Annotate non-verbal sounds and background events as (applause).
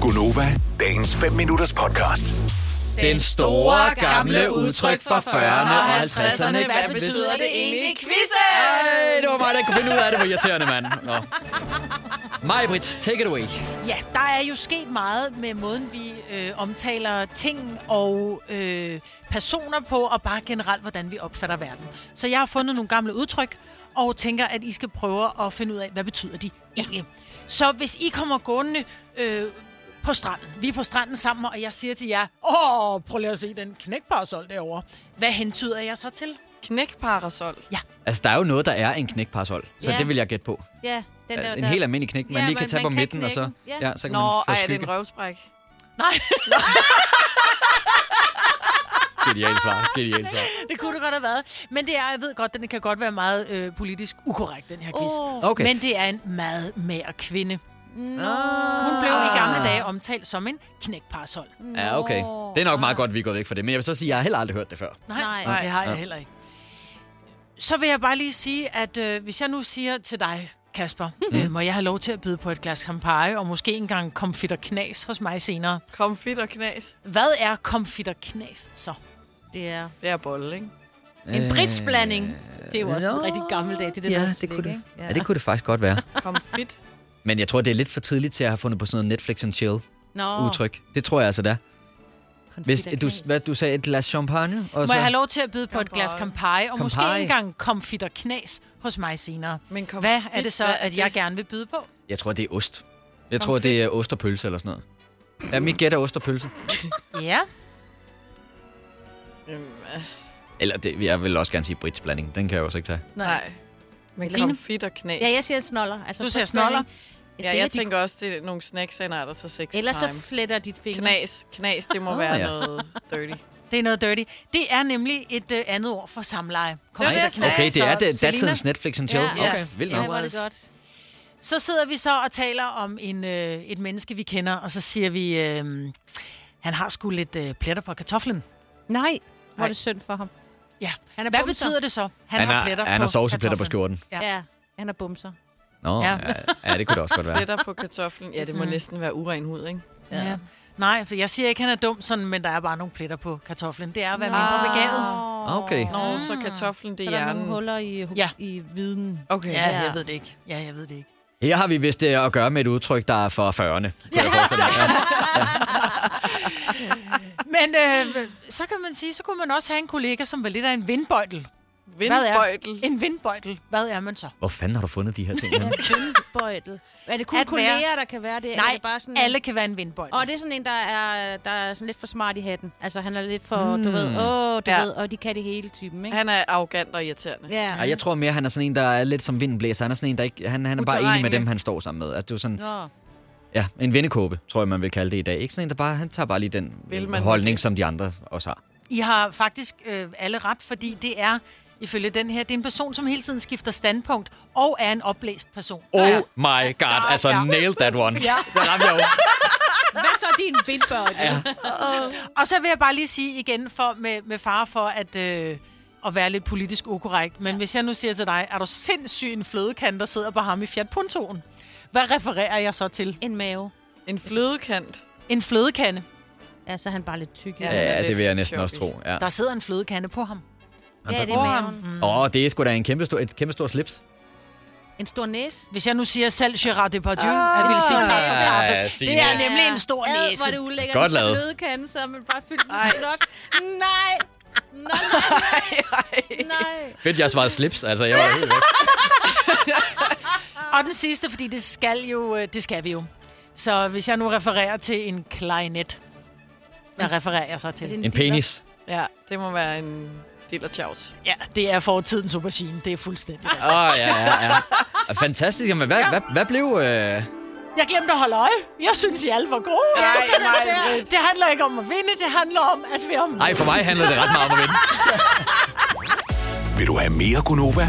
Gunova, dagens 5 minutters podcast. Den store gamle udtryk fra 40'erne og 50'erne. Hvad betyder det egentlig? Quizzen! Hey, det var mig, der ikke kunne finde ud af det. Hvor irriterende, mand. Nå. Majbrit, take it away. Ja, der er jo sket meget med måden, vi øh, omtaler ting og øh, personer på, og bare generelt, hvordan vi opfatter verden. Så jeg har fundet nogle gamle udtryk, og tænker, at I skal prøve at finde ud af, hvad betyder de egentlig. Så hvis I kommer gående øh, på stranden, vi er på stranden sammen, og jeg siger til jer, åh, prøv lige at se den knækparasol derovre. Hvad hentyder jeg så til? Knæk parasol. Altså, der er jo noget, der er en knækparasol. Så Ja. det vil jeg gætte på. Ja, den der, En der. helt almindelig knæk, man Ja, lige kan man- tage man på kan midten, og så, knække den. Ja. ja, så kan Nå, man få ej, er det skygge. en røvspræk? Nej, (laughs) Genialt svar. Genialt svar. det kunne det godt have været. Men det er, jeg ved godt, den kan godt være meget øh, politisk ukorrekt, den her quiz. Åh, Okay. Men det er en meget mere kvinde. nå. Hun blev i gamle dage omtalt som en knækparasol. Ja, okay. Det er nok meget godt, vi er gået væk fra det. Men jeg vil så sige, at jeg har heller aldrig hørt det før. Nej, Nej. Nej. det har jeg heller ikke. Så vil jeg bare lige sige, at øh, hvis jeg nu siger til dig, Kasper, Mm. øh, må jeg have lov til at byde på et glas champagne, og måske engang komfit og knas hos mig senere. Komfit og knas. Hvad er komfit og knas så? Det er Det er bolle, ikke? en britsblanding. Det er jo også Øh, nå. en rigtig gammeldag. Det er det, Ja, der er det slik, kunne det. ikke? Ja, det kunne det faktisk godt være. Komfit. Men jeg tror, det er lidt for tidligt til at have fundet på sådan noget Netflix and chill Nå, udtryk. Det tror jeg altså, det er. Hvis du, hvad, du sagde et glas champagne, og Må så... jeg have lov til at byde på et glas kampagne, og måske Altså- Campari. engang komfit og knas hos mig senere? Men komfit, Hvad er det så, hvad er at det? jeg gerne vil byde på? Jeg tror, det er ost. Jeg tror, det er ost og pølse eller sådan noget. Ja, mit gæt er ost og pølse. Ja, Øhm, øh, Eller det, jeg vil også gerne sige brits blanding. Den kan jeg også ikke tage. nej. Men Signe? komfit og knas. Ja, jeg siger snoller. Altså, Du på siger smøring. snoller? Jeg ja, jeg tænker, tænker også, det er nogle snacks, and der så sex de, ellers så time. fletter dit finger. Knas, knas, det må Åh, være ja. noget dirty. det er noget dirty. Det er nemlig et øh, andet ord for samleje. Komfit det, og jeg knas. sagde. Okay, det er det, Selina? datidens Netflix and chill. Ja, Okay, yes. vildt Ja, nok. hvor er det godt. Så sidder vi så og taler om en, øh, et menneske, vi kender, og så siger vi, øh, han har sgu lidt øh, pletter på kartoflen. Nej, hvor er det synd for ham. Ja. Han er Hvad bumser. betyder det så? Han har, han har sovsepletter på skjorten. Ja. Ja, han er bumser. Nå, Ja. ja. ja, det kunne det også godt være. Pletter på kartoflen. Ja, det Mhm. må næsten være uren hud, ikke? Ja. Ja. Nej, for jeg siger ikke, han er dum, sådan, men der er bare nogle pletter på kartoflen. Det er at være mindre begavet. Okay. Nå, så kartoflen, det Ah, Så er der er nogle hjernen. huller i, Ja. i viden. Okay. Ja, Ja. jeg ved det ikke. Ja, jeg ved det ikke. Her har vi vist det at gøre med et udtryk, der er for 40'erne. kunne jeg forestille mig. Ja. Men øh, så kan man sige, så kunne man også have en kollega, som var lidt af en vindbøjtel. Vindbøjtel. Hvad er en vindbøjtel? Hvad er man så? Hvor fanden har du fundet de her ting? (laughs) henne? Bøjtel. Er det kun At være- kolleger, der kan være det? eller er Nej, det bare sådan, alle kan være en vindbøjtel. Og det er sådan en, der er, der er sådan lidt for smart i hatten. Altså, han er lidt for, Hmm. du ved, åh, du Ja. ved, og de kan det hele typen, ikke? Han er arrogant og irriterende. Ja. Ej, jeg tror mere, han er sådan en, der er lidt som vinden blæser. Han er sådan en, der ikke... Han, han er bare enig med Utilregnelig. dem, han står sammen med. Altså, det er jo sådan... Nå. Ja, en vennekåbe, tror jeg, man vil kalde det i dag. Ikke sådan en, der bare... Han tager bare lige den Vil øh, man holdning, det? som de andre også har. I har faktisk øh, alle ret, fordi det er, ifølge den her, det er en person, som hele tiden skifter standpunkt og er en oplæst person. Oh my god, altså Ja. nailed that one. Ja. Der ramte jeg jo. Hvad så din vindbøjtel? Ja. Og så vil jeg bare lige sige igen for, med, med fare for at, øh, at være lidt politisk ukorrekt, men ja. hvis jeg nu siger til dig, er du sindssyg en flødekant, der sidder på ham i Fiat Puntoen? Hvad refererer jeg så til? En mave. En flødekant. En flødekande. Ja, så er han bare lidt tyk. Ja. Ja, Ja, det vil jeg lidt næsten sjov også i. tro. Ja. Der sidder en flødekande på ham. ja det er Hvor er maven. Mm. Åh, det er sgu da en kæmpe stor, et kæmpe stor slips. En stor næs. Hvis jeg nu siger selv Gerard Depardieu, oh, jeg vil sige tak for Ja, kaffe. Signe. det er nemlig en stor Ah. Ad, næse. hvor er det ulækkert. Godt Godt lavet. lavet. Flødekande, så er man bare fyldt med snot. Nej. (laughs) Nej, nej, nej. nej. Fedt, jeg svarede slips. Altså, jeg var helt væk. Og den sidste, fordi det skal jo, øh, det skal vi jo. Så hvis jeg nu refererer til en klarinet, hvad refererer jeg så til? En penis. Ja, det må være en del af tjavs. Ja, det er fortiden superscene, det er fuldstændig. Åh, oh, ja, ja, ja. Og Fantastisk. Jamen, hvad, hvad, hvad blev... Øh... Jeg glemte at holde øje. Jeg synes, I er alt for gode. (laughs) Ja, det, det handler ikke om at vinde, det handler om, at vi om... Ej, for mig handlede det ret meget om at vinde. Vil du have mere Gunova?